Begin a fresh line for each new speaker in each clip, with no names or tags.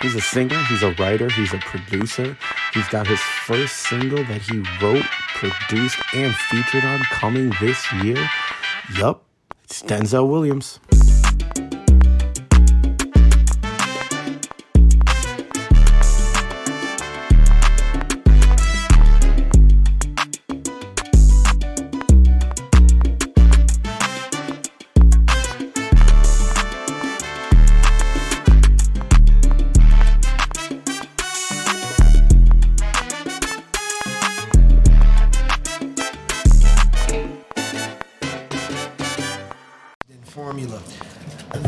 He's a singer, he's a writer, he's a producer. He's got his first single that he wrote, produced, and featured on coming this year. Yup, it's Denzel Williams.
formula.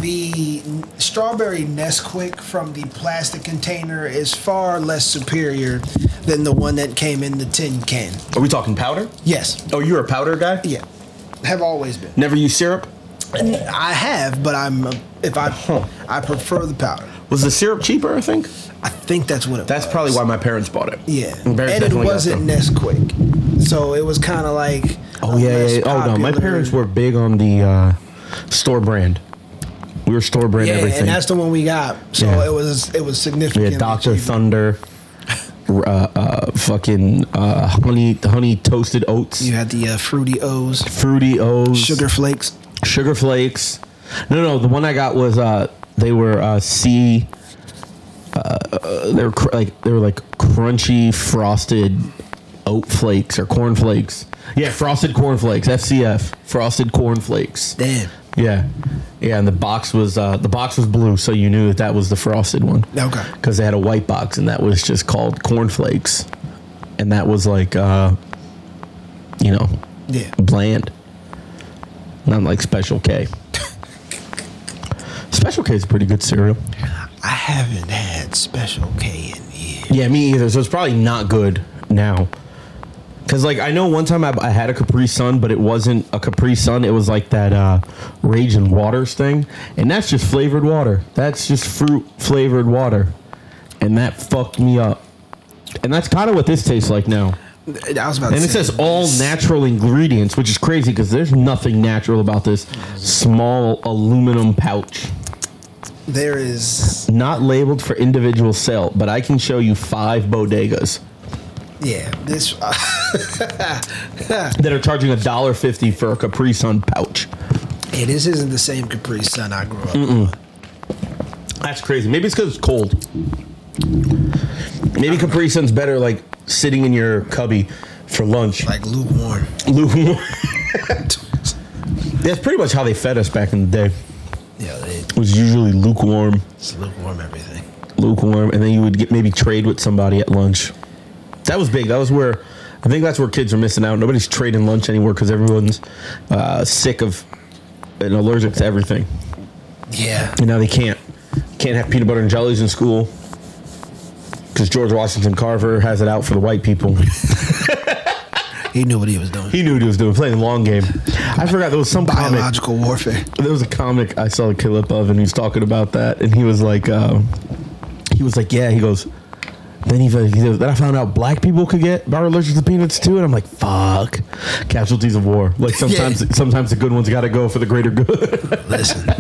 The strawberry Nesquik from the plastic container is far less superior than the one that came in the tin can.
Are we talking powder?
Yes.
Oh, you're a powder guy?
Yeah. Have always been.
Never use syrup?
I have, but I'm if I I prefer the powder.
Was the syrup cheaper, I think?
I think that's what it
That's
was.
probably why my parents bought it.
Yeah.
My parents
and it
definitely got
wasn't
them.
Nesquik. So it was kind of like
Oh
a
yeah, yeah,
less
yeah. Oh no, my
popular-
parents were big on the uh, store brand. We were store brand
yeah,
everything.
and that's the one we got. So
Yeah.
it was it
we
was significant.
had Doctor Thunder, uh, uh, fucking uh, honey, honey toasted oats,
You had the uh, fruity O's,
fruity O's,
sugar flakes.
sugar flakes. No, no, the one I got was uh, they were uh, C. Uh, they were cr- like they were like crunchy frosted oat flakes or corn flakes. Yeah, frosted corn flakes. FCF, frosted corn flakes.
Damn.
Yeah, yeah, and the box was uh, the box was blue, so you knew that that was the frosted one.
Okay.
Because they had a white box, and that was just called cornflakes, and that was like, uh, you know,
Yeah.
bland, not like Special K. Special K is a pretty good cereal.
I haven't had Special K in years.
Yeah, me either. So it's probably not good now. Cause like I know one time I, I had a Capri Sun, but it wasn't a Capri Sun. It was like that uh, Rage and Waters thing, and that's just flavored water. That's just fruit flavored water, and that fucked me up. And that's kind of what this tastes like now.
I was about
And
to
it
say,
says all natural ingredients, which is crazy because there's nothing natural about this small aluminum pouch
there is
not labeled for individual sale, but I can show you five bodegas
yeah this uh,
that are charging a dollar fifty for a Capri Sun pouch.
hey, this isn't the same Capri Sun I grew up. with.
That's crazy. Maybe it's because it's cold. Maybe Capri Sun's better like sitting in your cubby for lunch.
Like lukewarm.
Lukewarm. That's pretty much how they fed us back in the day.
Yeah,
It was usually lukewarm,
it's lukewarm everything.
lukewarm, and then you would get maybe trade with somebody at lunch. That was big. That was where I think that's where kids are missing out. Nobody's trading lunch anymore because everyone's uh, sick of and allergic to everything.
Yeah.
And now they can't can't have peanut butter and jellies in school because George Washington Carver has it out for the white people.
He knew what he was doing.
He knew what he was doing, playing the long game. I forgot there was some comic.
Biological warfare.
There was a comic I saw a clip of, and he was talking about that, and he was like, uh, he was like, yeah, he goes. Then he, he goes, then I found out black people could get are allergic to peanuts too, and I'm like, fuck, casualties of war. Like sometimes, sometimes the good ones got to go for the greater good.
Listen.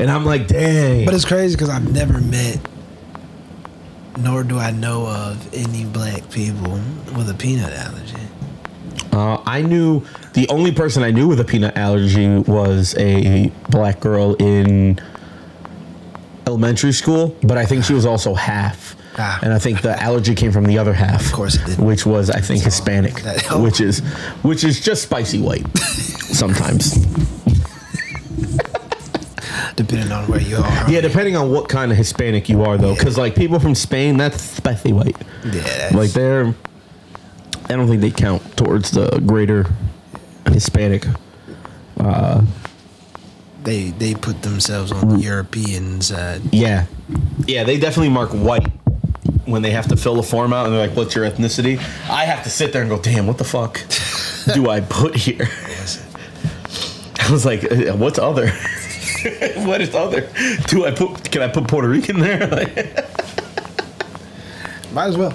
and I'm like, dang.
But it's crazy because I've never met, nor do I know of any black people with a peanut allergy.
Uh, I knew the only person I knew with a peanut allergy was a black girl in elementary school, but I think she was also half.
Ah.
And I think the allergy came from the other half, of
course it did.
which was I think Hispanic,
That- oh.
which is which is just spicy white sometimes.
Depending on where you are.
Yeah, depending on what kind of Hispanic you are, though, because like people from Spain, that's spicy white.
Yeah, that's-
like they're. I don't think they count towards the greater Hispanic.
they they put themselves on the uh, European side.
Yeah. Yeah, they definitely mark white when they have to fill a form out and they're like, what's your ethnicity? I have to sit there and go, damn, what the fuck do I put here? I was like, "Uh, what's other? what is other? Do I put, can I put Puerto Rican there? Like-
Might as well.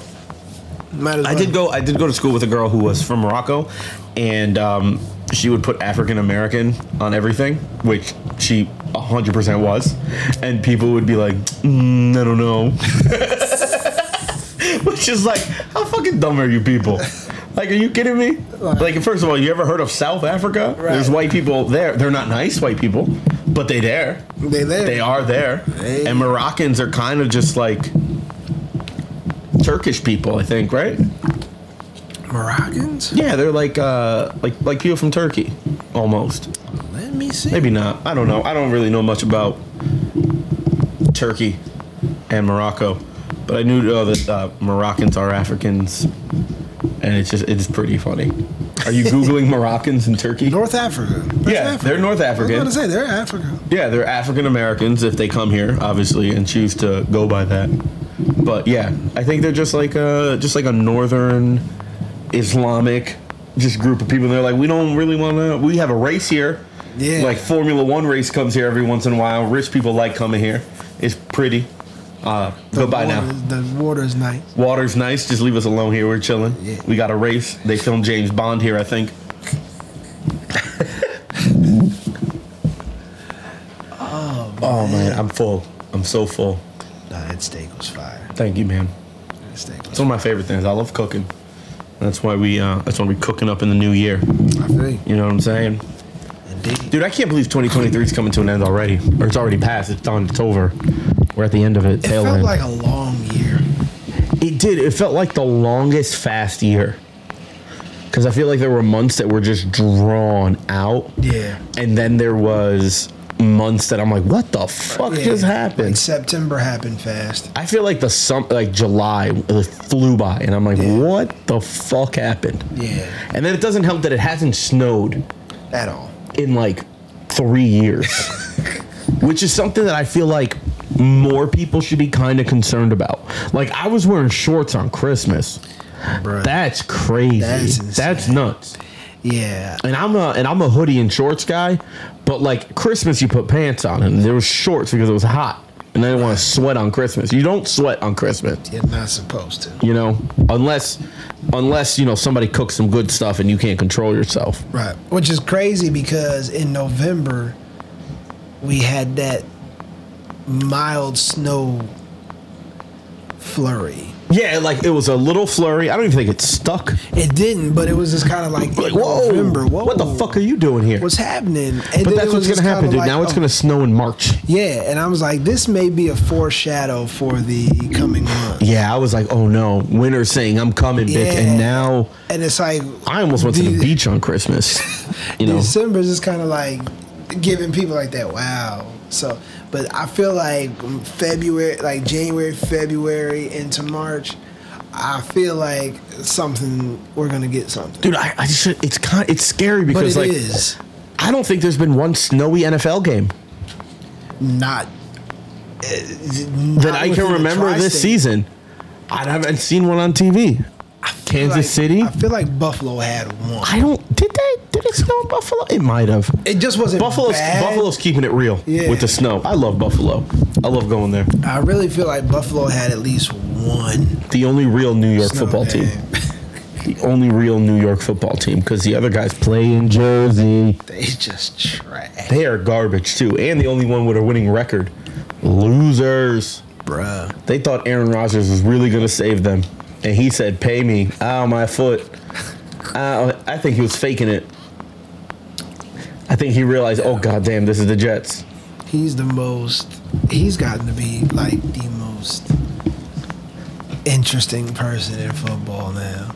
Might as
I
well.
did go, I did go to school with a girl who was from Morocco and um, she would put African American on everything, which she 100% was. And people would be like, mm, I don't know. Which is like, how fucking dumb are you people? Like, are you kidding me? Like, first of all, you ever heard of South Africa?
Right.
There's white people there. They're not nice white people, but they there.
They there.
They are there.
Hey.
And Moroccans are kind of just like Turkish people, I think, right?
Moroccans?
Yeah, they're like uh like like people from Turkey, almost.
Let me see.
Maybe not. I don't know. I don't really know much about Turkey and Morocco, but I knew uh, that uh, Moroccans are Africans, and it's just it's pretty funny. Are you googling Moroccans in Turkey?
North Africa. That's
yeah,
Africa.
they're North
I was
African.
going to say, they're Africa.
Yeah, they're African Americans if they come here, obviously, and choose to go by that. But yeah, I think they're just like a just like a northern Islamic just group of people. they're like, we don't really want to. We have a race here.
Yeah.
Like Formula One race comes here every once in a while. Rich people like coming here. It's pretty. Uh, goodbye
water,
now.
The water is nice.
Water's nice. Just leave us alone here. We're chilling.
Yeah.
We got a race. They filmed James Bond here, I think. Oh man, I'm full. I'm so full.
Nah, that steak was fire.
Thank you, man.
That steak was
It's one of my favorite things. I love cooking. That's why we. Uh, that's why we're cooking up in the new year.
I think.
You know what I'm saying,
Indeed.
dude? I can't believe 2023 is coming to an end already, or it's already passed. It's done. It's over. We're at the end of it.
It
tail
felt
end.
like a long year.
It did. It felt like the longest fast year. Because I feel like there were months that were just drawn out.
Yeah.
And then there was months that I'm like, what the fuck
Yeah.
just
Like,
happened?
September happened fast.
I feel like the sum like July uh, flew by, and I'm like,
Yeah.
what the fuck happened?
Yeah.
And then it doesn't help that it hasn't snowed
At all.
in like three years, which is something that I feel like more people should be kind of concerned about. Like I was wearing shorts on Christmas.
Bruh.
That's crazy.
That's
That's,
insane.
nuts.
yeah.
And I'm a and I'm a hoodie and shorts guy, but like Christmas you put pants on and there was shorts because it was hot. And I didn't want to sweat on Christmas. You don't sweat on Christmas,
You're not supposed to.
you know, unless unless you know somebody cooks some good stuff and you can't control yourself.
Right. Which is crazy because in November we had that mild snow flurry.
Yeah, like it was a little flurry. I don't even think it stuck.
It didn't, but it was just kind of like,
Like, whoa,
November. Whoa,
what the fuck are you doing here?
What's happening? And then
but
it
that's
was
what's
just
gonna happen,
kinda
dude.
like,
now it's
oh,
gonna snow in March.
Yeah, and I was like, this may be a foreshadow for the coming month.
Yeah, I was like, oh no, winter's saying I'm coming, Vic,
Yeah.
and now
And it's like
I almost went to the
De-
beach on Christmas. You know,
December is just kind of like giving people like that. Wow. So, but I feel like February, like January, February into March, I feel like something we're gonna get something.
dude, I, I just it's kind it's scary
but it
because
is
like I don't think there's been one snowy NFL game
not. eh,
that I can remember this season. I haven't seen one on TV. Kansas City.
I feel like Buffalo had one.
I don't. Did they? Did it snow in Buffalo? It might have.
It just wasn't
Buffalo's
bad.
Buffalo's keeping it real
Yeah.
with the snow. I love Buffalo. I love going there.
I really feel like Buffalo had at least one
The only real New York
snow
football team.
game.
The only real New York football team because the other guys play in Jersey.
They just trash,
They are garbage too, and the only one with a winning record. Losers.
bruh.
They thought Aaron Rodgers was really going to save them. And he said, Pay me. Ow, my foot. Ow. I think he was faking it. I think he realized, oh, god damn, this is the Jets.
He's the most. He's gotten to be like the most interesting person in football now.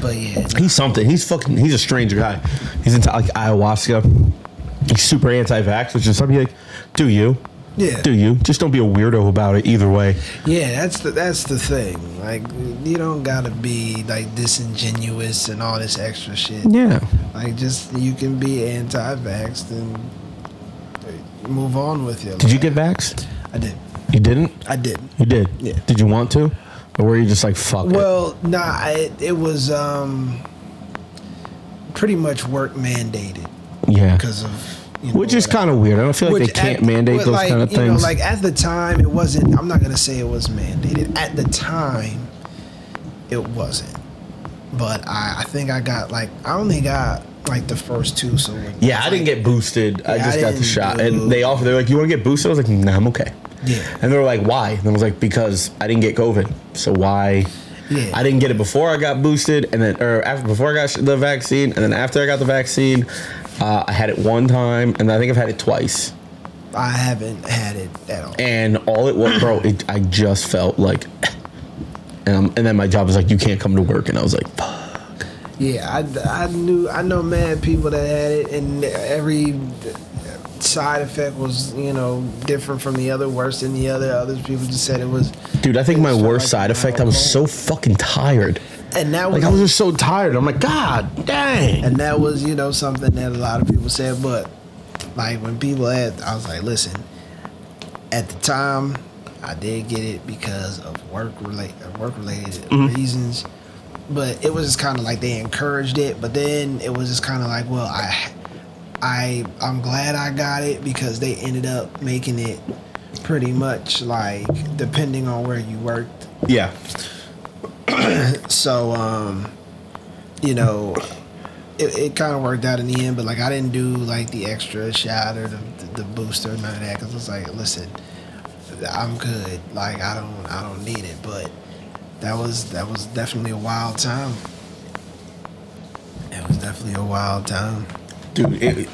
But yeah,
He's something. He's fucking, he's a strange guy. He's into like ayahuasca. He's super anti vax, which is something like, do you?
yeah,
Do you? Just don't be a weirdo about it either way.
yeah. That's the that's the thing. Like you don't gotta be like disingenuous and all this extra shit.
Yeah.
Like just you can be anti-vaxxed and move on with your
Did you get
life.
vaxxed?
I did.
You didn't?
I did.
You did.
Yeah.
Did you want to? Or were you just like, fuck it?
Well, nah, I, it was um, pretty much work mandated
Yeah.
because of. You know,
Which is
what I-
kind of weird. I don't feel like
which
they can't
at-
mandate
but
those
like,
kind of
you
things.
Know, like at the time, it wasn't. I'm not gonna say it was mandated. At the time, it wasn't. But I, I think I got like I only got like the first two. So like,
Yeah, I didn't get boosted. I
Yeah,
just
I
got the
didn't
shot,
do-
and they offered. They're like, "You want to get boosted?" I was like, "Nah, I'm okay."
Yeah.
And they were like, "Why?" And I was like, "Because I didn't get COVID, so why?"
Yeah.
I didn't get it before I got boosted, and then or after before I got sh- the vaccine, and then after I got the vaccine, uh, I had it one time, and I think I've had it twice.
I haven't had it at all.
And all it was, bro, it, I just felt like, and, um, and then my job was like, "You can't come to work," and I was like, "Fuck."
Yeah, I, I knew I know mad people that had it, and every side effect was you know different from the other, worse than the other. Others people just said it was,
Dude, I think my
It's not
worst
like
side
I'm
effect. I was so
okay.
fucking tired.
and that was
Like I was just so tired. I'm like, God dang.
and that was you know something that a lot of people said. But like when people had, I was like, listen, at the time, I did get it because of work related work related reasons. But it was just kind of like they encouraged it, but then it was just kind of like, well, I, I, I'm glad I got it because they ended up making it pretty much like depending on where you worked.
Yeah.
So, um, you know, it, it kind of worked out in the end, but like I didn't do like the extra shot or the, the, the booster or none of that because I was like, listen, I'm good. Like I don't I don't need it. But that was that was definitely a wild time. It was definitely a wild time.
dude. It,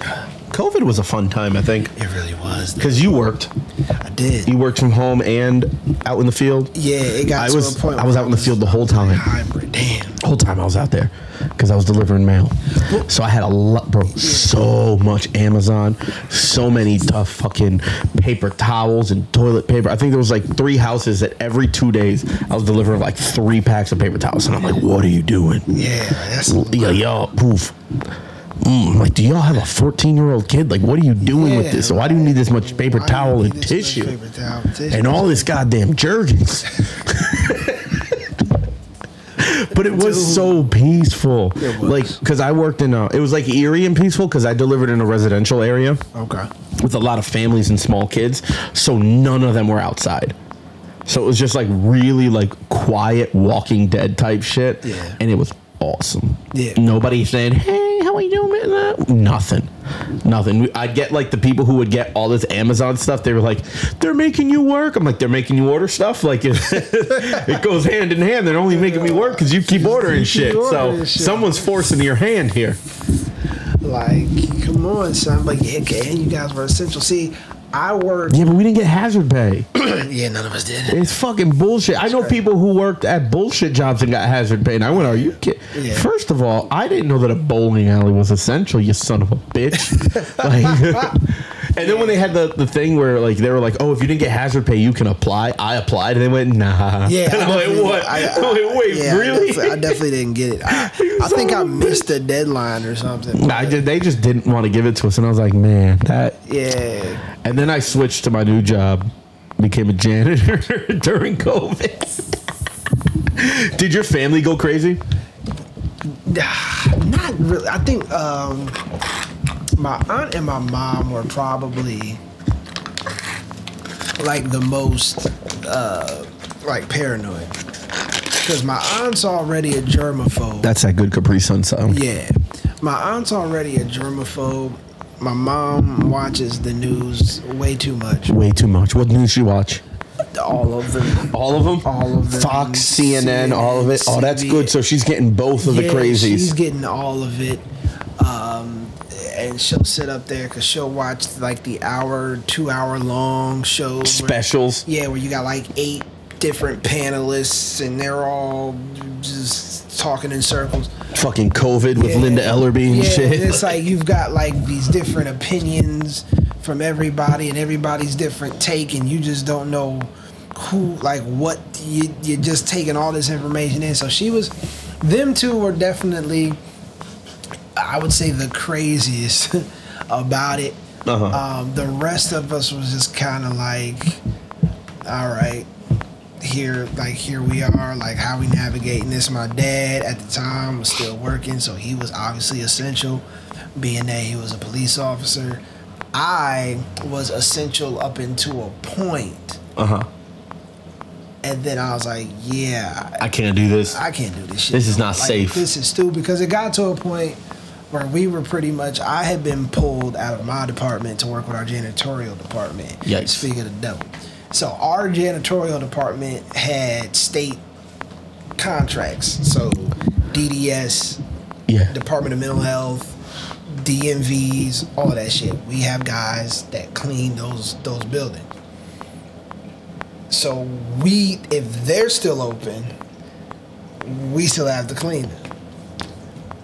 COVID was a fun time, I think,
It really was.
because you worked,
I did.
you worked from home and out in the field.
Yeah, it got
I
to
was-
a point.
I was
where
out in the field the whole time.
Hybrid, damn.
Whole time I was out there, because I was delivering mail. So I had a lot, bro. So much Amazon, so many tough fucking paper towels and toilet paper. I think there was like three houses that every two days I was delivering like three packs of paper towels, and I'm like, what are you doing?
Yeah, that's
Yeah, y'all, poof. Mm, like, do y'all have a 14 year old kid? Like, what are you doing with
Yeah,
this? Why do you need this much paper
why do you
towel and
need this much
tissue?
paper towel and tissue?
and all this goddamn Jergens. but it was so peaceful.
It was.
Like, because I worked in a, it was like eerie and peaceful because I delivered in a residential area
Okay.
with a lot of families and small kids. So none of them were outside. So it was just like really like quiet Walking Dead type shit.
Yeah.
And it was awesome.
Yeah.
Nobody said, hey, how are you doing? man?" Uh, Nothing. Nothing. We- I'd get like the people who would get all this Amazon stuff. They were like, they're making you work. I'm like, they're making you order stuff. Like it, it goes hand in hand. They're only making me work because you keep ordering shit.
ordering
so
shit.
someone's forcing your hand here.
Like, come on, son. But yeah, and you guys were essential. See, I worked.
Yeah, but we didn't get hazard pay.
yeah, none of us did.
It's fucking bullshit. I know people who worked at bullshit jobs and got hazard pay. And I went, "Are you kidding?"
Yeah.
First of all, I didn't know that a bowling alley was essential. You son of a bitch. like, and then when they had the, the thing where like they were like, "Oh, if you didn't get hazard pay, you can apply." I applied, and they went, "Nah."
Yeah,
And
I
I'm like,
definitely-
"What?"
I- I-
I'm like, wait,
yeah, I
really?
definitely- I definitely didn't get it. I, I think I missed the deadline or something.
I did, they just didn't want to give it to us, and I was like, "Man, that."
Yeah,
And then I switched to my new job, became a janitor during COVID. Did your family go crazy?
not really. I think um, my aunt and my mom were probably like the most uh, like paranoid because my aunt's already a germaphobe.
That's that good Capri Sun sound.
Yeah. My aunt's already a germaphobe. My mom watches the news way too much.
Way too much. What news you watch?
All of them.
All of them.
All of them.
Fox, CNN, all of it. Oh, that's
CBS.
good. So she's getting both of the
Yeah, She's
crazies.
getting all of it. Um, and she'll sit up there because she'll watch like the hour, two hour long shows.
Specials.
Where, yeah, where you got like eight different panelists and they're all just talking in circles.
Fucking COVID with
Yeah.
Linda Ellerby and
yeah,
shit.
and it's like you've got like these different opinions from everybody, and everybody's different take, and you just don't know who, like, what you, you're just taking all this information in. So she was, them two were definitely, I would say, the craziest about it.
Uh-huh.
Um, the rest of us was just kind of like, all right here like here we are like how we navigating this my dad at the time was still working so he was obviously essential being that he was a police officer i was essential up until a point
uh huh.
and then i was like yeah
I can't do this.
I can't do this shit.
This is
no more.
not
Like,
safe.
This is stupid because it got to a point where we were pretty much I had been pulled out of my department to work with our janitorial department.
Yikes.
Speaking of the devil. So our janitorial department had state contracts. So DDS,
Yeah.
Department of Mental Health, DMVs, all that shit. We have guys that clean those those buildings. So we, if they're still open, we still have to clean them.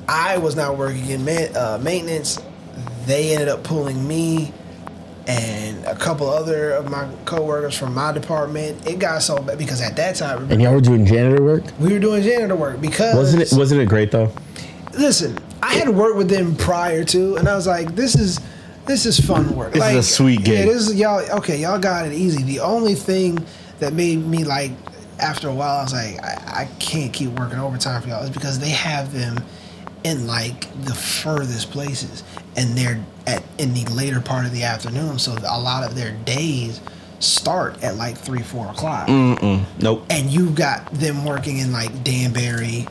I was not working in ma- uh, maintenance. They ended up pulling me and a couple other of my coworkers from my department. It got so bad because at that time
And y'all were doing janitor work?
we were doing janitor work because
Wasn't it wasn't it great though?
listen, I had worked with them prior to, and I was like, this is this is fun work.
This is
like,
a sweet gig.
Yeah, this is y'all. Okay, y'all got it easy. The only thing that made me like after a while, I was like, I, I can't keep working overtime for y'all is because they have them in like the furthest places, and they're at in the later part of the afternoon, so a lot of their days start at like three, four o'clock
Nope.
and you got them working in like Danbury,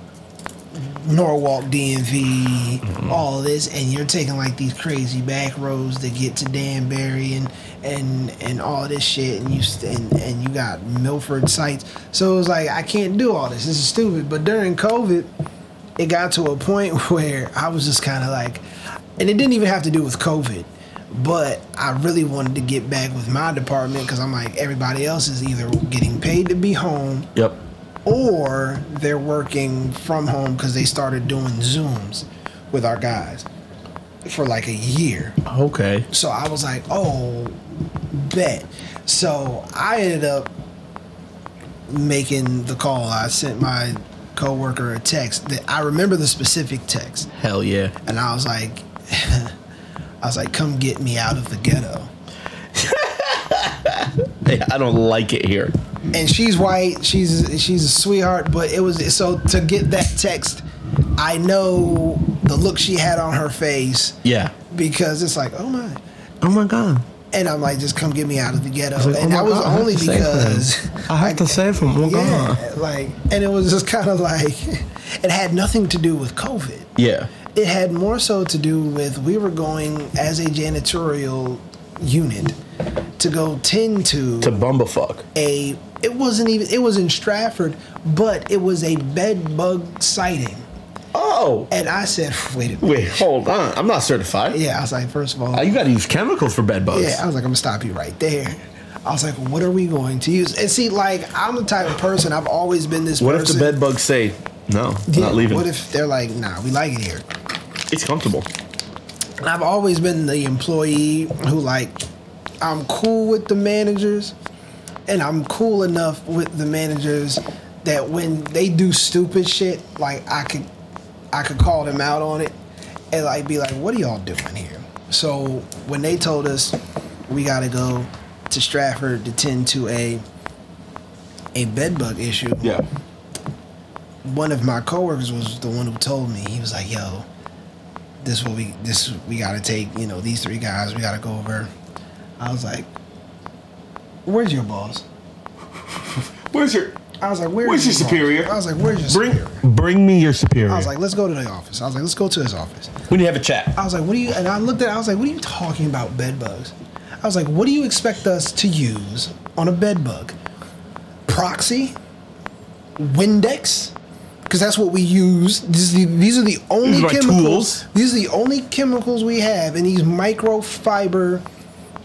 Norwalk DMV, all this, and you're taking like these crazy back roads to get to Danbury and and and all this shit, and you st- and, and you got Milford sites. So it was like I can't do all this. This is stupid. But during COVID, it got to a point where I was just kind of like, and it didn't even have to do with COVID. But I really wanted to get back with my department because I'm like everybody else is either getting paid to be home
Yep.
or they're working from home because they started doing Zooms with our guys for like a year.
Okay.
So I was like, oh, bet. So I ended up making the call. I sent my coworker a text that I remember the specific text,
Hell yeah.
and I was like, I was like, come get me out of the ghetto.
Hey, I don't like it here.
and she's white. She's she's a sweetheart, but it was so to get that text. I know the look she had on her face
Yeah.
because it's like, oh my,
Oh my god.
and I'm like, just come get me out of the ghetto,
like,
and
oh my
that was
God, I have
only
to save her.
because
I have to save him. Oh
yeah, like, and it was just kind of like, it had nothing to do with COVID.
Yeah.
It had more so to do with we were going as a janitorial unit to go tend
To bumblefuck.
a it wasn't even it was in Stratford, but it was a bed bug sighting.
Oh.
And I said, wait a minute.
Wait, hold on. I'm not certified.
Yeah, I was like, first of all,
Uh, You gotta use chemicals for bed bugs.
yeah, I was like, I'm gonna stop you right there. I was like, what are we going to use? And see, like, I'm the type of person I've always been this
What if
person.
the bed bugs say, no,
Yeah,
not leaving?
What if they're like, nah, we like it here.
it's comfortable.
And I've always been the employee who like I'm cool with the managers and I'm cool enough with the managers that when they do stupid shit, like I could I could call them out on it and like be like, what are y'all doing here? So when they told us we gotta go to Stratford to tend to a a bed bug issue,
Yeah.
one of my coworkers was the one who told me he was like yo this what we this we gotta take you know these three guys we gotta go over i was like where's your boss
Where's your
i was like where's,
Where's your
boss?"
superior?
i was like where's your
bring?
superior
Bring me your superior.
i was like let's go to the office i was like let's go to his office
we need to have a chat.
i was like what do you and i looked at i was like what are you talking about bed bugs i was like what do you expect us to use on a bed bug proxy windex because that's what we use this is the, these are the only
These are my
chemicals
tools.
these are the only chemicals we have in these microfiber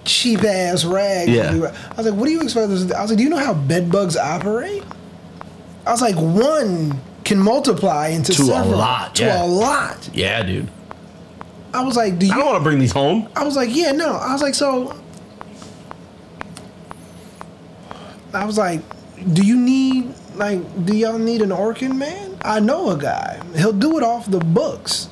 cheap ass rags
Yeah.
we were- i was like what do you expect us to i was like do you know how bed bugs operate i was like one can multiply into
To a
several,
lot,
to
yeah.
a lot
Yeah, dude.
i was like do you
I don't want to bring these home.
I was like, yeah, no. I was like, so. I was like, do you need like do y'all need an organ man? I know a guy. He'll do it off the books.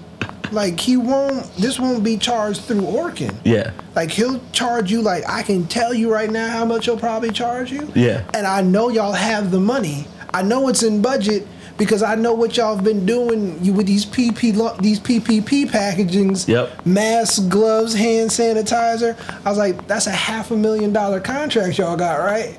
Like he won't. This won't be charged through organ.
Yeah.
Like he'll charge you. Like I can tell you right now how much he'll probably charge you.
Yeah.
And I know y'all have the money. I know it's in budget because I know what y'all have been doing you with these PP lo- these PPP packagings.
Yep.
Masks, gloves, hand sanitizer. I was like, that's a half a million dollar contract y'all got right.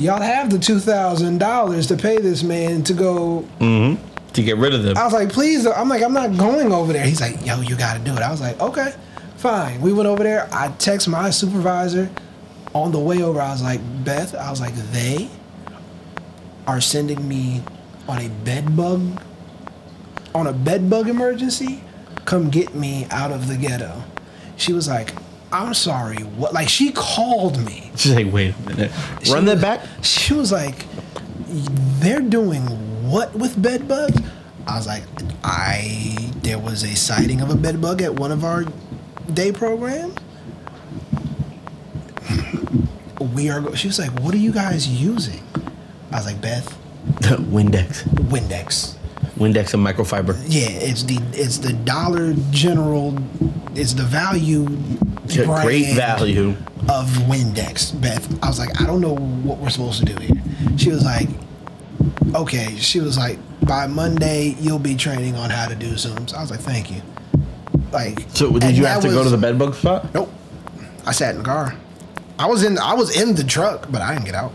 Y'all have the two thousand dollars to pay this man to go
to get rid of them.
I was like, please. I'm like, I'm not going over there. He's like, yo, you got to do it. I was like, okay, fine. We went over there. I text my supervisor on the way over. I was like, Beth, I was like, they are sending me on a bed bug, on a bed bug emergency. Come get me out of the ghetto. She was like, I'm sorry. What? Like, she called me.
She's like, wait a minute.
She
Run that
was-
back.
She was like, "They're doing what with bed bugs?" I was like, "I there was a sighting of a bed bug at one of our day programs. We are." go-" She was like, "What are you guys using?" I was like, "Beth,
Windex.
Windex."
Windex and microfiber.
Yeah, it's the it's the Dollar General, it's the value,
Great
brand
value.
of Windex, Beth. I was like, I don't know what we're supposed to do here. She was like, okay. She was like, by Monday you'll be training on how to do zooms. I was like, thank you. Like,
So did
and
you
that
have to go
was-
to the bed bug spot?
Nope. I sat in the car. I was in I was in the truck, but I didn't get out.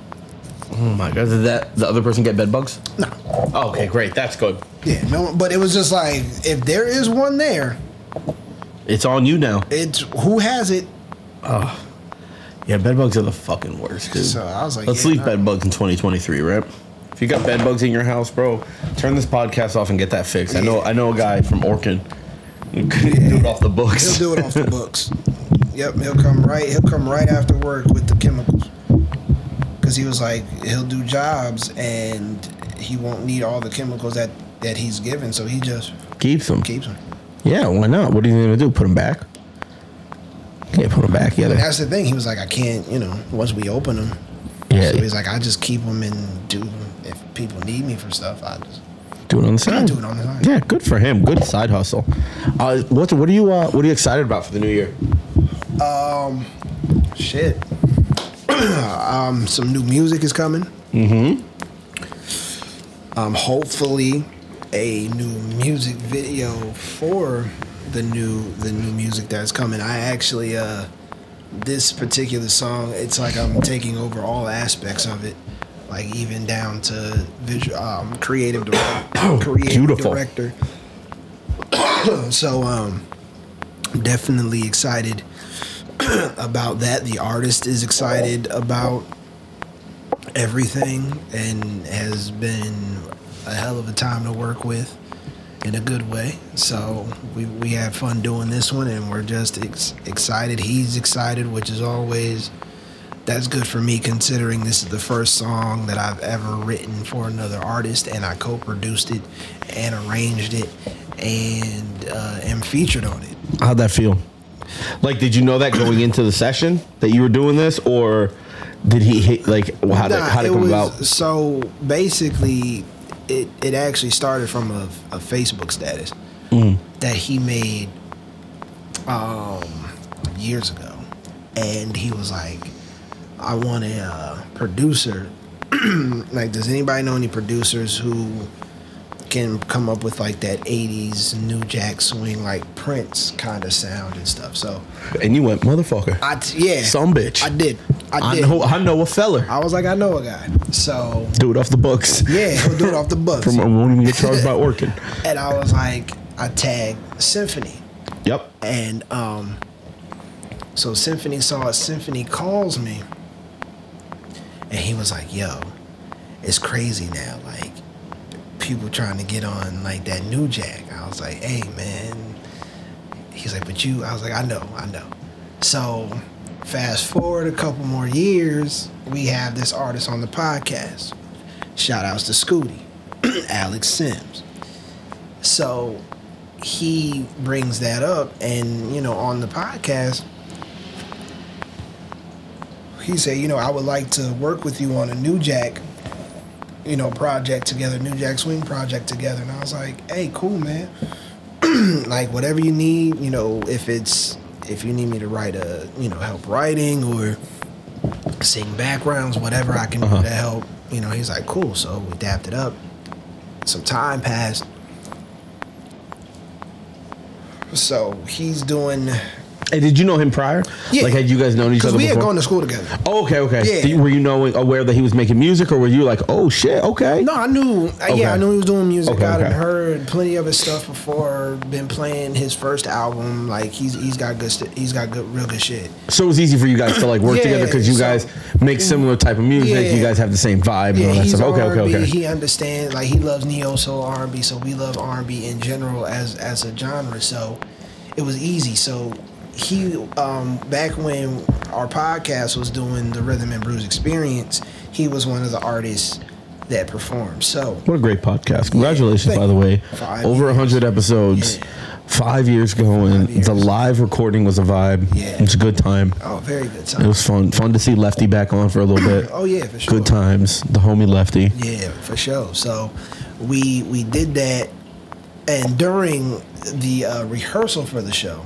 Oh my god. Did that the other person get bed bugs?
No.
Oh, okay, great. That's good.
Yeah, no. But it was just like, if there is one there,
It's on you now.
it's who has it.
Yeah, bed bugs are the fucking worst, dude.
So I was like,
Let's
yeah,
leave
no.
bed bugs in 2023, right? If you got bed bugs in your house, bro, turn this podcast off and get that fixed. I know I know a guy from Orkin. Couldn't do it off the
He'll
books.
do it off the books. Yep, he'll come right. He'll come right after work with the chemicals. Cause he was like, he'll do jobs and he won't need all the chemicals that that he's given. So he just
Keeps them.
keeps them.
Yeah, why not? What are you gonna do? Put them back? Can't put them back. Yeah,
But
they-
that's the thing. He was like, I can't. You know, once we open them,
yeah.
so he's like, I just keep them and do. 'em. If people need me for stuff, I just
Do it on the
I
side.
do it on the side.
Yeah, good for him. Good side hustle. Uh, what what are you uh, what are you excited about for the new year?
Shit. um, some new music is coming. Mm-hmm. Um, hopefully, a new music video for the new the new music that's coming. I actually uh, this particular song, it's like I'm taking over all aspects of it, like even down to visual um, creative director, creative
beautiful.
director. so um, definitely excited about that. The artist is excited about everything and has been a hell of a time to work with in a good way. So we, we had fun doing this one and we're just ex- excited. He's excited, which is always that's good for me considering this is the first song that I've ever written for another artist and I co-produced it and arranged it and uh, am featured on it.
How'd that feel? Like, did you know that going into the session that you were doing this, or did he hit like how did
Nah,
how did it come
was,
about?
So basically, it, it actually started from a, a Facebook status
Mm.
that he made um, years ago. And he was like, I want a uh, producer. like, does anybody know any producers who can come up with like that 80s New Jack Swing, like Prince kind of sound and stuff? So,
And you went, motherfucker,
I, t- yeah.
some bitch.
I did. I
I
did.
know I know a feller.
I was like, I know a guy. So
do it off the books.
yeah, he'll do it off the bus.
From I won't even get charged by Orkin.
and I was like, I tagged Symphony.
Yep.
And um, so Symphony saw it. Symphony calls me. And he was like, yo, it's crazy now. Like, people trying to get on, like, that new jack. I was like, hey, man. He's like, but you, I was like, I know, I know. So fast forward a couple more years, we have this artist on the podcast. Shout outs to Scooty, Alex Sims. So he brings that up, and you know, on the podcast, he said, you know, I would like to work with you on a New Jack, you know, project together, New Jack Swing project together. And I was like, hey, cool, man. like whatever you need, you know, if it's if you need me to write a, you know, help writing or sing backgrounds, whatever I can do to help, you know, he's like, cool. So we dapped it up. Some time passed. So he's doing
Hey, did you know him prior?
Yeah.
Like, had you guys known each
Because
other
we had
before?
gone to school together.
oh, okay, okay.
Yeah.
Did- were you knowing aware that he was making music, or were you like, oh shit, okay?
No, I knew. uh,
Okay.
Yeah, I knew he was doing music.
Okay,
I'd
okay.
heard plenty of his stuff before. Been playing his first album. Like he's he's got good. St- he's got good, real good shit.
So it was easy for you guys to like work
Yeah,
together because you
so-
guys make similar type of music. You
Yeah.
guys have the same vibe and
Yeah,
all that
he's
stuff. Okay,
R&B.
okay, okay.
He understands. Like he loves neo soul R and B. So we love R and B in general as as a genre. So it was easy. So he um back when our podcast was doing the Rhythm and Blues Experience, he was one of the artists that performed. So
What a great podcast. Congratulations,
thank
by the way.
Five
Over a
years.
100 episodes,
Yeah.
five years going.
Five years.
The live recording was a vibe.
Yeah.
It was a good time.
oh, very good
It
time.
was fun. Fun to see Lefty back on for a little bit.
Oh yeah, for sure.
Good times. The homie Lefty.
Yeah, for sure. So we we did that, and during the uh, rehearsal for the show,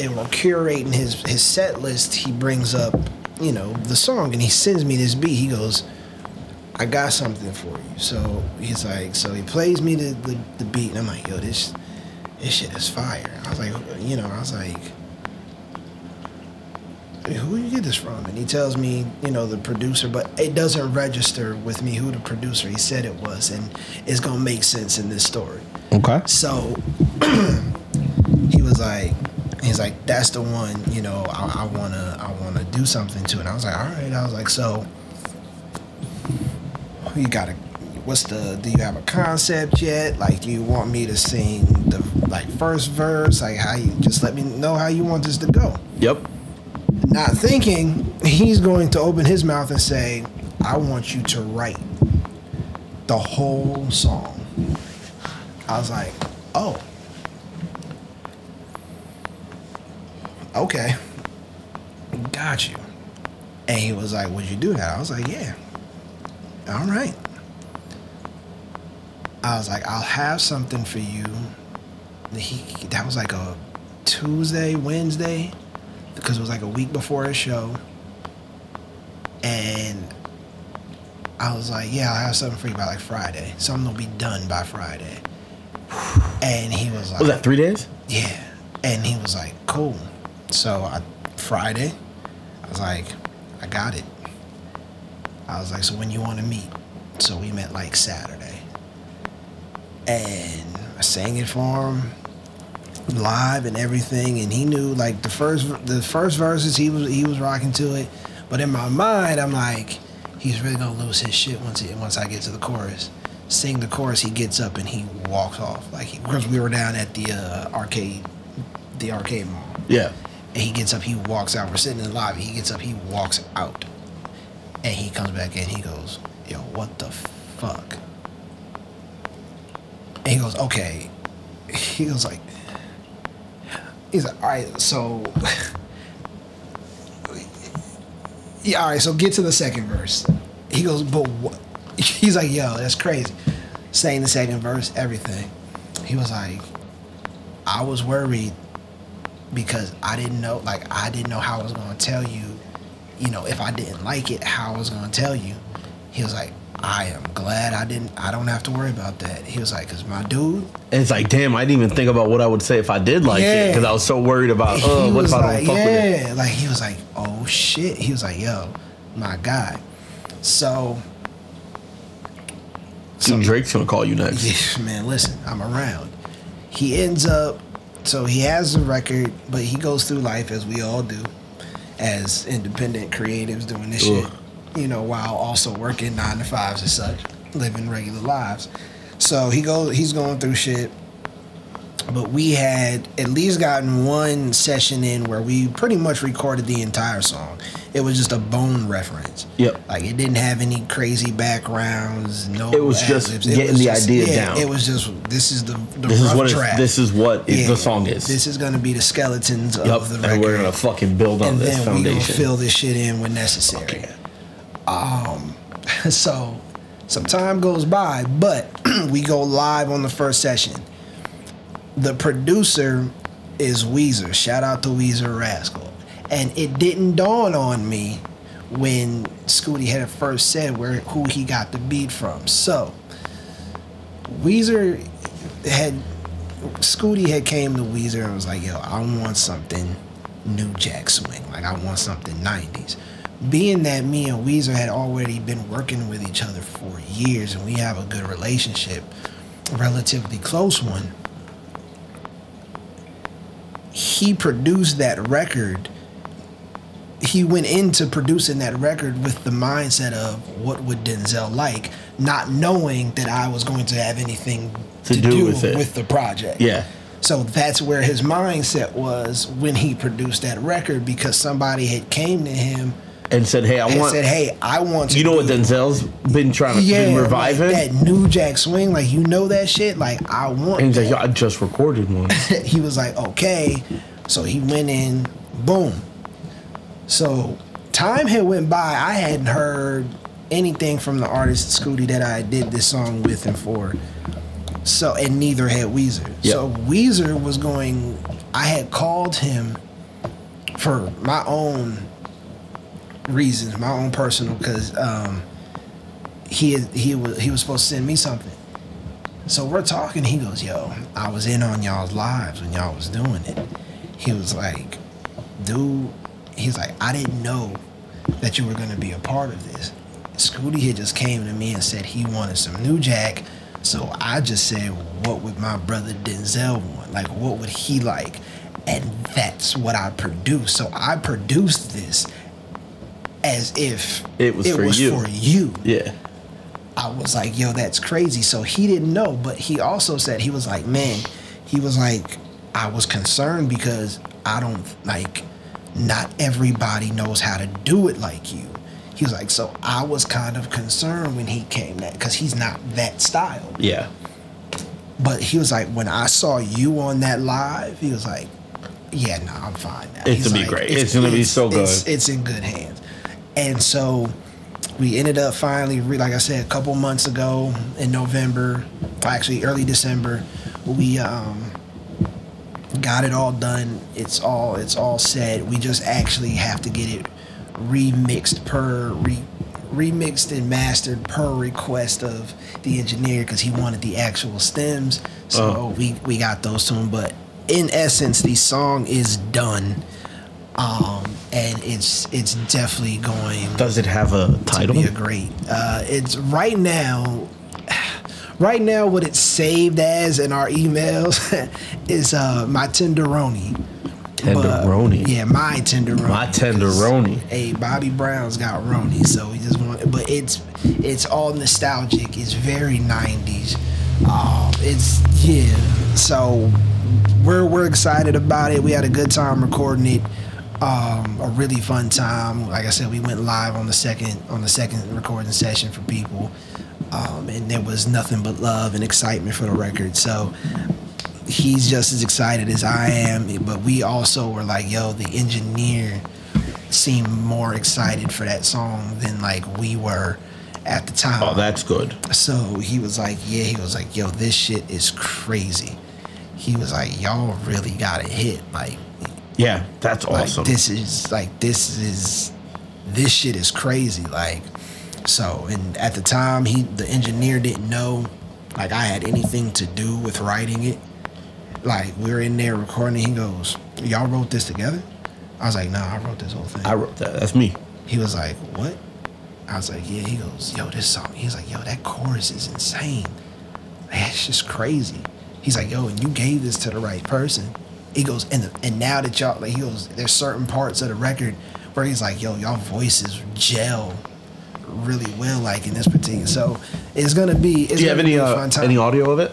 and we're curating his his set list. He brings up you know the song, and he sends me this beat. He goes, "I got something for you." So he's like, so he plays me the the, the beat, and I'm like, "Yo, this this shit is fire." I was like, you know, I was like. "Hey, who you get this from? And he tells me, you know, the producer, but it doesn't register with me who the producer he said it was, and it's gonna make sense in this story.
Okay.
So he was like, he's like, that's the one, you know, I, I wanna, I wanna do something to, and I was like, all right, I was like, so you got a, what's the, do you have a concept yet? Like, do you want me to sing the like first verse? Like, how you just let me know how you want this to go
Yep.
not thinking he's going to open his mouth and say, I want you to write the whole song. I was like, oh. Okay. Got you. And he was like, Would you do that? I was like, Yeah. All right. I was like, I'll have something for you. He, that was like a Tuesday, Wednesday because it was like a week before the show. And I was like, yeah, I'll have something for you by like Friday. Something will be done by Friday. And he was like,
Was that three days?
yeah. And he was like, cool. So I, Friday, I was like, I got it. I was like, so when you want to meet? So we met like Saturday. And I sang it for him live and everything and he knew like the first the first verses he was he was rocking to it but in my mind I'm like he's really going to lose his shit once he, once I get to the chorus sing the chorus he gets up and he walks off like he, because we were down at the uh, arcade the arcade mall
Yeah.
and he gets up, he walks out. We're sitting in the lobby. He gets up, he walks out. And he comes back in, he goes, Yo, what the fuck? And he goes, Okay. He goes, like, He's like, All right, so. yeah, all right, so get to the second verse. He goes, But what? He's like, Yo, that's crazy. Saying the second verse, everything. He was like, I was worried because I didn't know like I didn't know how I was gonna tell you, you know, if I didn't like it, how I was gonna tell you. He was like, I am glad I didn't I don't have to worry about that. He was like, cause my dude
And it's like, damn, I didn't even think about what I would say if I did like it
Yeah.
because I was so worried about,
he
oh, what
was
if I don't
like,
fuck with it?
yeah, like he was like, oh shit. He was like, yo, my guy. So
Dude, Drake's gonna call you next.
Yeah, man, listen, I'm around. He ends up, so he has a record, but he goes through life as we all do, as independent creatives doing this
Ugh.
shit, you know, while also working nine to fives and such, living regular lives. So he goes, he's going through shit. But we had at least gotten one session in where we pretty much recorded the entire song. It was just a bone reference.
Yep.
Like it didn't have any crazy backgrounds, no
It was just
ad-libs.
getting the idea
yeah,
down.
It was just this is the, the
This
rough
is what it's,
draft.
this is what it-
Yeah.
the song is.
This is gonna be the skeletons
yep.
of the record,
And we're gonna fucking build on
and
this
then we gonna
foundation.
fill this shit in when necessary. So some time goes by, but we go live on the first session. The producer is Weezer. Shout out to Weezer Rascal. And it didn't dawn on me when Scooty had first said where who he got the beat from. So Weezer had Scooty had came to Weezer and was like, "Yo, I want something new Jack Swing. Like I want something '90s." Being that me and Weezer had already been working with each other for years and we have a good relationship, relatively close one, he produced that record. He went into producing that record with the mindset of what would Denzel like, not knowing that I was going to have anything
To do with it.
the project.
Yeah.
So that's where his mindset was when he produced that record because somebody had came to him
And said, hey, I
and
want.
said, "Hey, I want to."
you know what
do-
Denzel's been trying to
Yeah,
been
like
reviving?
that new Jack Swing, like you know that shit. Like I want.
and he's like,
that.
yo, I just recorded one.
he was like, "Okay," so he went in. Boom. So time had went by. I hadn't heard anything from the artist Scooty that I did this song with and for. So and neither had Weezer. So Weezer was going. I had called him for my own reasons, my own personal, because um, he had- he was he was supposed to send me something. So we're talking. He goes, "Yo, I was in on y'all's lives when y'all was doing it." He was like, "Dude," he's like, "I didn't know that you were gonna be a part of this." Scooty had just came to me and said he wanted some new jack, so I just said, "What would my brother Denzel want? Like, what would he like?" And that's what I produced. So I produced this as if
It was
it
for
was
you.
for you.
yeah.
I was like, yo, that's crazy. So he didn't know, but he also said he was like, man, he was like, I was concerned because I don't like, not everybody knows how to do it like you. He was like, so I was kind of concerned when he came that because he's not that style.
Yeah.
But he was like, when I saw you on that live, he was like, yeah, no, I'm fine. Now.
It's
He's
gonna be
like,
great. It's gonna be so good.
It's, it's in good hands. And so we ended up finally, re- like I said, a couple months ago in November, actually early December, we um, got it all done. It's all it's all said. We just actually have to get it remixed per re, remixed and mastered per request of the engineer because he wanted the actual stems. So we we got those to him. But in essence, the song is done, um, and it's it's definitely going
Does it have a title?
be a great. Uh, it's right now. Right now, what it's saved as in our emails is uh, my tenderoni.
Tenderoni.
But, yeah, my tenderoni.
My tenderoni.
Hey, Bobby Brown's got Roni, so we just want. But it's it's all nostalgic. It's very '90s. Um, it's yeah. So we're we're excited about it. We had a good time recording it. Um, a really fun time. Like I said, we went live on the second on the second recording session for people, um, and there was nothing but love and excitement for the record. So he's just as excited as I am. But we also were like, yo, the engineer seemed more excited for that song than like we were at the time.
Oh, that's good.
So he was like, yeah, he was like, yo, this shit is crazy. He was like, y'all really got a hit. Like,
Yeah, that's
like
awesome.
this is like this is this shit is crazy. Like, so and at the time he the engineer didn't know like I had anything to do with writing it. Like we were in there recording, he goes, Y'all wrote this together? I was like, nah, I wrote this whole thing.
I wrote that. That's me.
He was like, "What?" I was like, "Yeah." He goes, "Yo, this song." He's like, "Yo, that chorus is insane. That's just crazy." He's like, "Yo, and you gave this to the right person." He goes, "And the, and now that y'all like, he goes, there's certain parts of the record where he's like, "Yo, y'all voices gel really well, like in this particular." So it's gonna be. It's
Do you have
gonna
any
be a
uh,
fun time.
any audio of it?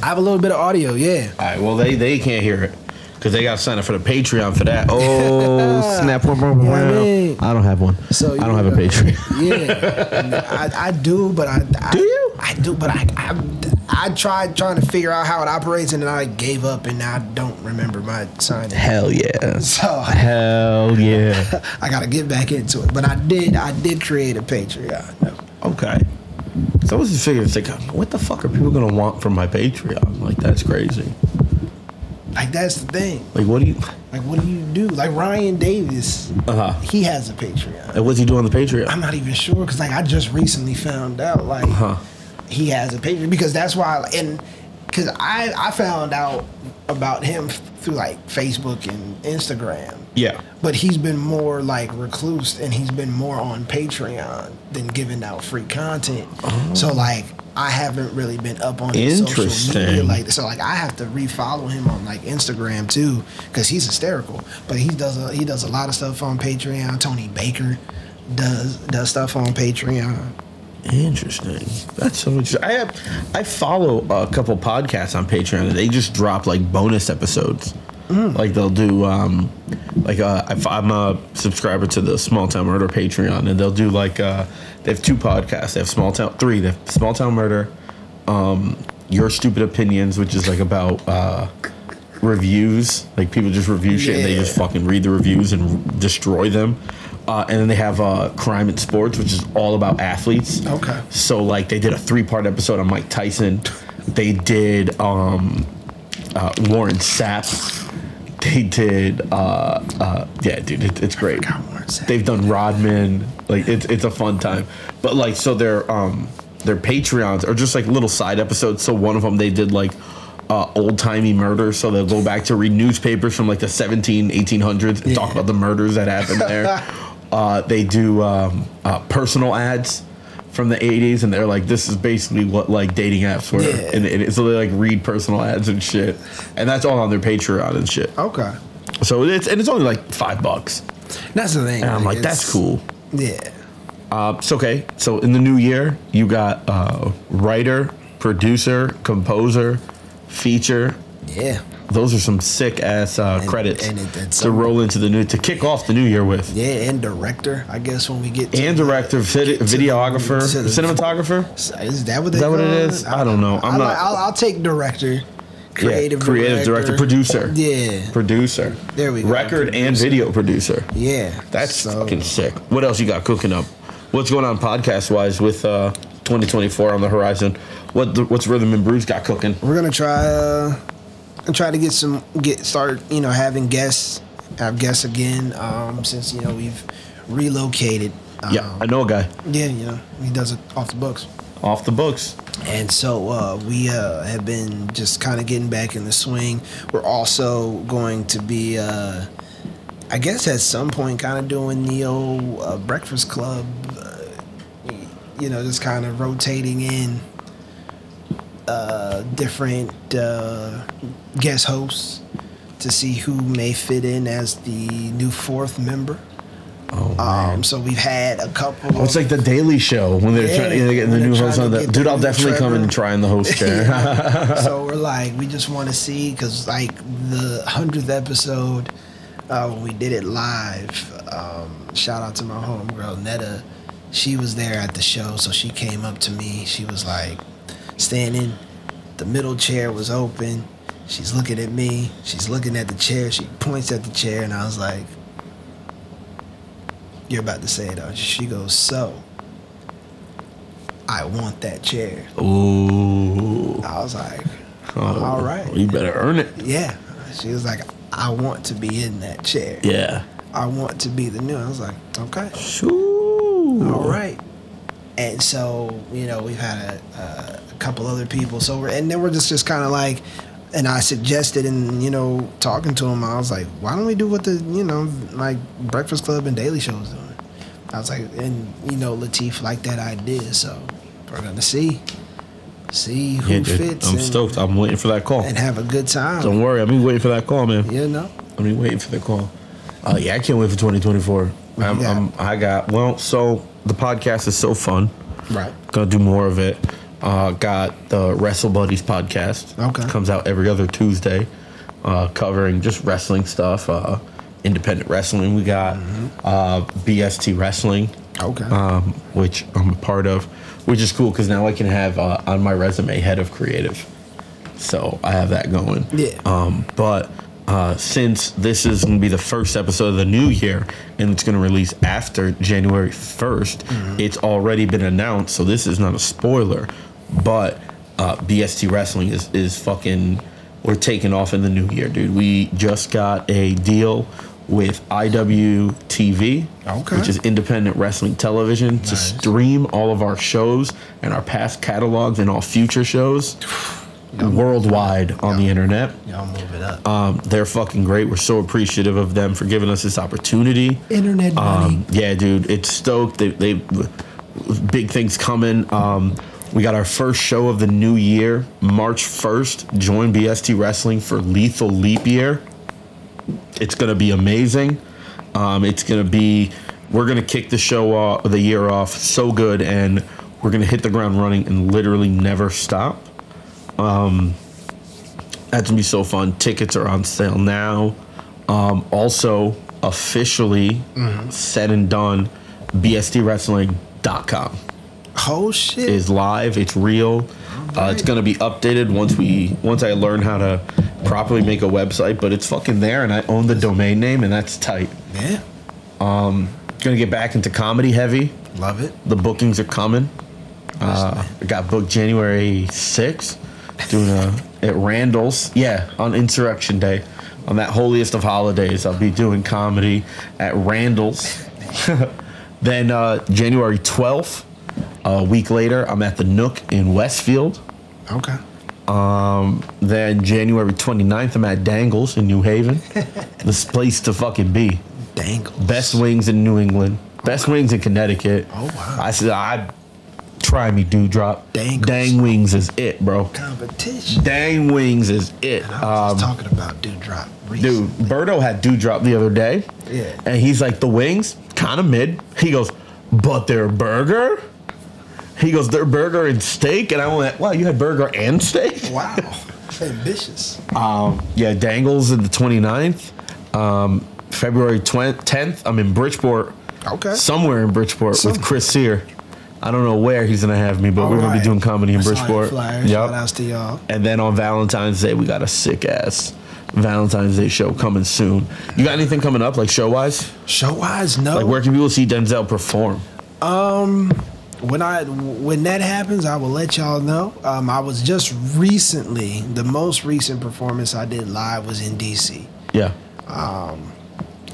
I have a little bit of audio. Yeah.
All right. Well, they they can't hear it because they got to sign up for the Patreon for that. Oh snap! Wah, wah, wah.
what I mean?
I don't have one.
So
I don't have a
yeah.
Patreon.
Yeah, I, I do, but I, I
Do you?
I do, but I, I I tried trying to figure out how it operates, and then I gave up, and I don't remember my sign.
Hell yeah.
So
Hell yeah.
I gotta get back into it. But I did, I did create a Patreon.
Okay. So I was just figuring, it's like, what the fuck are people gonna want from my Patreon? Like, that's crazy.
Like that's the thing.
Like, what do you?
Like what do you do? Like Ryan Davis,
Uh
Uh-huh.
huh.
he has a Patreon.
And what's he doing on the Patreon?
I'm not even sure because
Uh-huh.
like I just recently found out like
Huh.
he has a Patreon because that's why and. because I I found out about him through like Facebook and Instagram.
Yeah.
But he's been more like recluse and he's been more on Patreon than giving out free content. So like I haven't really been up on his social media
Interesting.
like so like I have to refollow him on like Instagram too cuz he's hysterical. But he does a, he does a lot of stuff on Patreon. Tony Baker does does stuff on Patreon.
Interesting. That's so interesting. I have, I follow a couple podcasts on Patreon. They just drop like bonus episodes. Like they'll do, um, like uh, I f- I'm a subscriber to the Small Town Murder Patreon, and they'll do like uh, they have two podcasts. They have Small Town three. They have Small Town Murder, um, Your Stupid Opinions, which is like about uh, reviews. Like people just review shit and they just
Yeah.
fucking read the reviews and r- destroy them. Uh, and then they have uh, Crime and Sports, which is all about athletes.
Okay.
So like they did a three part episode on Mike Tyson. They did um, uh, Warren Sapp. They did uh, uh, yeah, dude, it, it's great.
Warren Sapp.
They've done Rodman. Like it's it's a fun time. But like so their um their Patreons are just like little side episodes. So one of them they did like. Uh, old timey murders, so they'll go back to read newspapers from like the 17, 1800s and talk about the murders that happened there. uh, they do um, uh, personal ads from the 80s, and they're like, this is basically what like dating apps were.
Yeah.
And, and so they like read personal ads and shit, and that's all on their Patreon and shit.
Okay.
So it's and it's only like five bucks,
That's the thing.
and I'm like,
it's-
that's cool.
Yeah.
Uh, so okay, so in the new year, you got uh, writer, producer, composer, feature.
Yeah.
Those are some sick ass uh,
And-
credits
and it- it's
to roll into the new to kick off the new year with.
Yeah, and director, I guess when we get to
And director, vid-
Get to the-
videographer,
to the-
cinematographer.
Is that what they
Is that what it
call
is? I don't know. I'm
I,
not-
I'll, I'll take director, creative,
yeah, creative director, producer,
Yeah,
producer.
There we go.
Record and video producer.
yeah.
That's fucking sick. What else you got cooking up? What's going on podcast wise with uh, 2024 on the horizon? What the, what's Rhythm and Brews got cooking?
We're gonna try uh, and try to get some get start. You know, having guests, have guests again. Um, since you know we've relocated. Um,
yeah, I know a guy
Yeah, you know he does it off the books.
off the books.
And so uh, we uh, have been just kind of getting back in the swing. We're also going to be, uh, I guess, at some point, kind of doing the old uh, Breakfast Club, uh, you know, just kind of rotating in uh, different uh, guest hosts to see who may fit in as the new fourth member.
Oh,
Um, so we've had a couple.
it's
of-
like the Daily Show when they're
Yeah,
trying to get the
when
new
they're
host
trying
on
to
the
get
dude.
the
I'll
new
definitely come
Trevor.
and try in the host chair.
so we're like, we just want to see because like the hundredth episode uh, when we did it live. Um, shout out to my homegirl Netta. She was there at the show, so she came up to me. She was like standing. The middle chair was open. She's looking at me. She's looking at the chair. She points at the chair, and I was like, "You're about to say it." Aren't you? She goes, "So." I want that chair.
Ooh,
I was like,
Oh,
all right.
You better earn it.
Yeah. She was like, I want to be in that chair.
Yeah.
I want to be the new. I was like, okay,
Shoo.
all right. And so, you know, we've had a, uh, a couple other people. So we're, and then we're just, just kind of like, and I suggested, and you know, talking to him, I was like, why don't we do what the, you know, like Breakfast Club and Daily Show is doing? I was like, and you know, Latif liked that idea, so we're gonna see, see who
Yeah, dude,
fits,
I'm
and,
stoked. I'm waiting for that call.
and have a good time.
Don't worry, I've been waiting for that call, man.
you know,
I've been waiting for the call. Uh, yeah, I can't wait for 2024. I'm,
you got?
I'm, I got well. So the podcast is so fun.
right?
Gonna do more of it. Uh, got the Wrestle Buddies podcast.
Okay.
It comes out every other Tuesday, uh, covering just wrestling stuff, uh, independent wrestling. We got uh, BST Wrestling,
Okay.
um, which I'm a part of, which is cool because now I can have uh, on my resume head of creative. So I have that going.
Yeah.
Um, but uh, since this is going to be the first episode of the new year and it's going to release after January 1st,
Mm-hmm.
it's already been announced. So this is not a spoiler, but uh, BST Wrestling is, is fucking, we're taking off in the new year, dude. We just got a deal with IWTV,
Okay.
which is independent wrestling television, to stream all of our shows and our past catalogs and all future shows worldwide on the internet.
Y'all move it up.
Um, they're fucking great. We're so appreciative of them for giving us this opportunity.
Internet money.
Um, yeah, dude, it's stoked. They, they big things coming. Um, we got our first show of the new year, March first. Join BST Wrestling for Lethal Leap Year. It's gonna be amazing. Um, it's gonna be. We're gonna kick the show off, the year off so good, and we're gonna hit the ground running and literally never stop. Um, That's gonna be so fun. Tickets are on sale now. Um, also, officially said and done, BSDWrestling.com
oh shit.
is live. It's real. Uh, it's gonna be updated once we once I learn how to properly make a website. But it's fucking there, and I own the domain name, and that's tight.
yeah.
Gonna get back into comedy heavy.
Love it.
The bookings are coming. Uh, I got booked January 6th doing a at Randall's. Yeah, on Insurrection Day, on that holiest of holidays, I'll be doing comedy at Randall's. then uh, January 12th, a week later, I'm at the Nook in Westfield.
Okay.
Then January 29th, I'm at Dangles in New Haven. this place to fucking be.
Dangle.
Best wings in New England. Best wings in Connecticut.
Oh, wow.
I said I try me dewdrop.
Dangles.
Dang wings is it, bro.
competition.
Dang wings is it.
I was
Um,
just talking about dude drop.
dude, Birdo had dewdrop the other day.
Yeah.
And he's like, the wings, kind of mid. He goes, but their burger? He goes, their burger and steak? And I went, wow, you had burger and steak?
Wow. Ambitious.
Um, yeah, Dangles in the 29th. Um, February 20- 10th, I'm in Bridgeport.
Okay.
Somewhere in Bridgeport
Somewhere.
with Chris Sear. I don't know where he's going to have me, but we're going to
Alright.
be doing comedy in
I saw your
Bridgeport.
Flyers. Shout outs to y'all.
And then on Valentine's Day, we got a sick ass Valentine's Day show coming soon. You got anything coming up, like show wise?
Show wise, no.
Like, where can people see Denzel perform?
when I when that happens, I will let y'all know. Um, I was just recently the most recent performance I did live was in DC.
Yeah.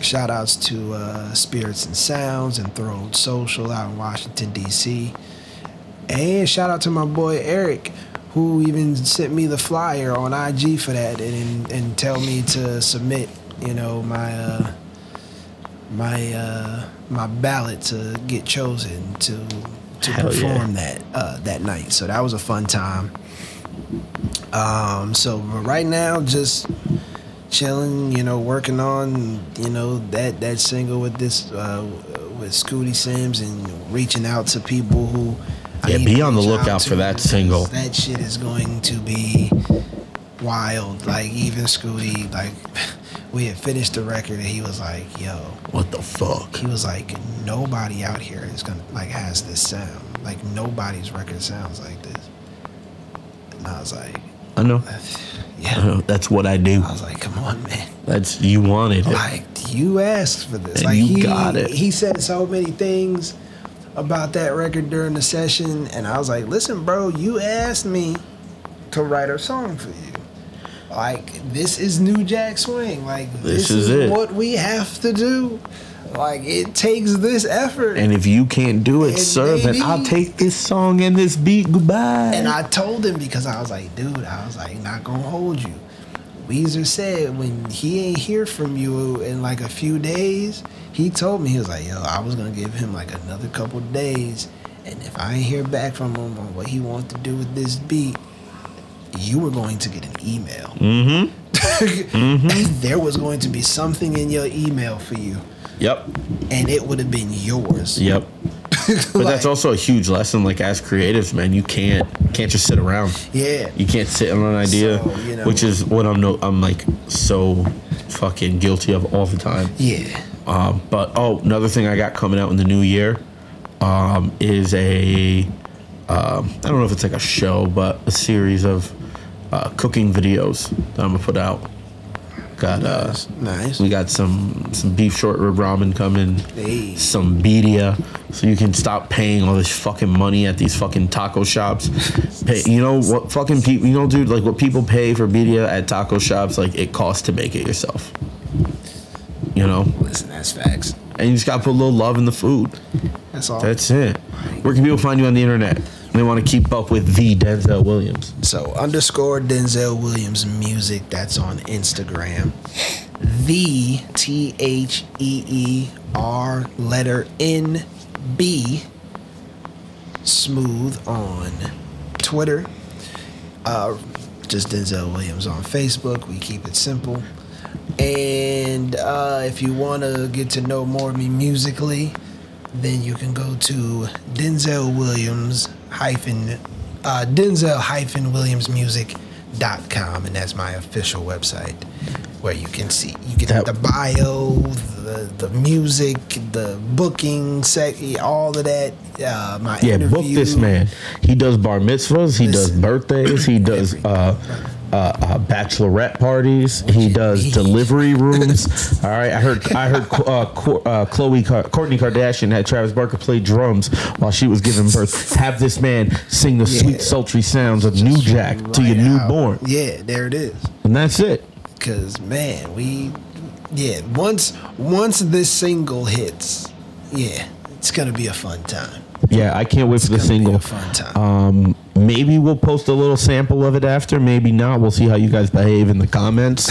Shout outs to uh, Spirits and Sounds and Throne Social out in Washington DC, and shout out to my boy Eric, who even sent me the flyer on IG for that and and, and tell me to submit. You know my. Uh, my uh, my ballot to get chosen to to
Hell yeah.
perform that uh, that night. So that was a fun time. Um, so but right now, just chilling, you know, working on you know that that single with this uh, with Scooty Sims and reaching out to people who. I
Yeah,
need
be
to
on the
reach
lookout
out
for
to
that
because
single.
That shit is going to be wild. Like even Scooty, like we had finished the record and he was like, "Yo,
What the fuck?
he was like, nobody out here is gonna like has this sound. Like nobody's record sounds like this. And I was like,
I know. I
yeah.
know. That's what I do.
I was like, come on, man.
That's you wanted. it.
Like you asked for this.
And
like
you got it.
He said so many things about that record during the session, and I was like, listen, bro, you asked me to write a song for you. Like this is New Jack Swing. Like
This is it.
what we have to do. Like it takes this effort.
And if you can't do it,
And
sir, then
maybe-
I'll take this song and this beat. Goodbye.
And I told him because I was like, dude, I was like, not gonna hold you. Weezer said when he ain't hear from you in like a few days, he told me he was like, yo, I was gonna give him like another couple days, and if I ain't hear back from him on what he wants to do with this beat, you were going to get an email.
Mm.
Mm-hmm. there was going to be something in your email for you,
yep.
and it would have been yours.
Yep. But that's
Like-
also a huge lesson. Like as creatives, man, you can't can't just sit around.
Yeah.
You can't sit on an idea,
So, you know-
which is what I'm no, I'm like so fucking guilty of all the time.
Yeah.
Um, but oh, another thing I got coming out in the new year um, is a um, I don't know if it's like a show, but a series of uh, cooking videos that I'm gonna put out. Got uh,
Nice.
we got some some beef short rib ramen coming,
Hey.
some media, so you can stop paying all this fucking money at these fucking taco shops. Pay, you know what fucking people, you know, dude, like what people pay for media at taco shops, like it costs to make it yourself. You know,
Listen, that's facts.
and you just gotta put a little love in the food.
That's all.
That's it. Where can people find you on the internet?
They want to keep up with the Denzel Williams.
So underscore Denzel Williams music. That's on Instagram. The T H E E R letter N B smooth on Twitter. Uh, just Denzel Williams on Facebook. We keep it simple. And uh, if you want to get to know more of me musically, then you can go to Denzel Williams hyphen uh, Denzel hyphen Williams music dot com and that's my official website where you can see you get
That-
the bio the the music the booking sec all of that uh, my
Yeah,
interview.
book this man. He does bar mitzvahs. He does
Listen.
birthdays. He does uh, uh, uh, bachelorette parties. He does
he-
delivery rooms. All right, I heard. I heard. Uh, Khloe uh, Khloe Car- Kourtney Kardashian had Travis Barker play drums while she was giving birth. Have this man sing the
Yeah.
sweet, sultry sounds of New Jack to your
Right out.
newborn,
Yeah, there it is.
and that's it.
Cause man, we yeah, once once this single hits, yeah, it's gonna be a fun time.
Yeah, I can't wait for the
It's gonna be
single.
a fun time.
Um, maybe we'll post a little sample of it after. Maybe not. We'll see how you guys behave in the comments.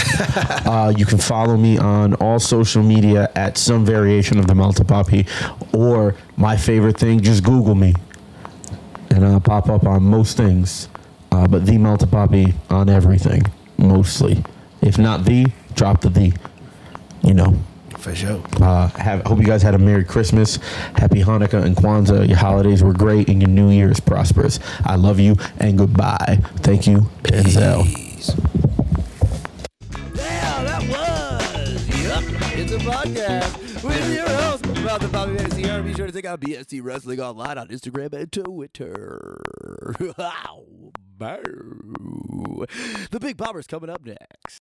uh, you can follow me on all social media at some variation of the Malta Poppy, or my favorite thing, just Google me, and I'll pop up on most things. Uh, but the Malta Poppy on everything, mostly. If not the, drop the the. You know.
For sure.
Uh, have, hope you guys had a Merry Christmas, Happy Hanukkah and Kwanzaa. Your holidays were great and your New Year is prosperous. I love you and goodbye. Thank you, Denzel.
Peace.
Yeah, that was Yup, it's a podcast with your host, Ralph the Bobby Fantasy Hour. Be sure to check out BSC Wrestling Online on Instagram and Twitter. Wow, boo. the Big Bomber's coming up next.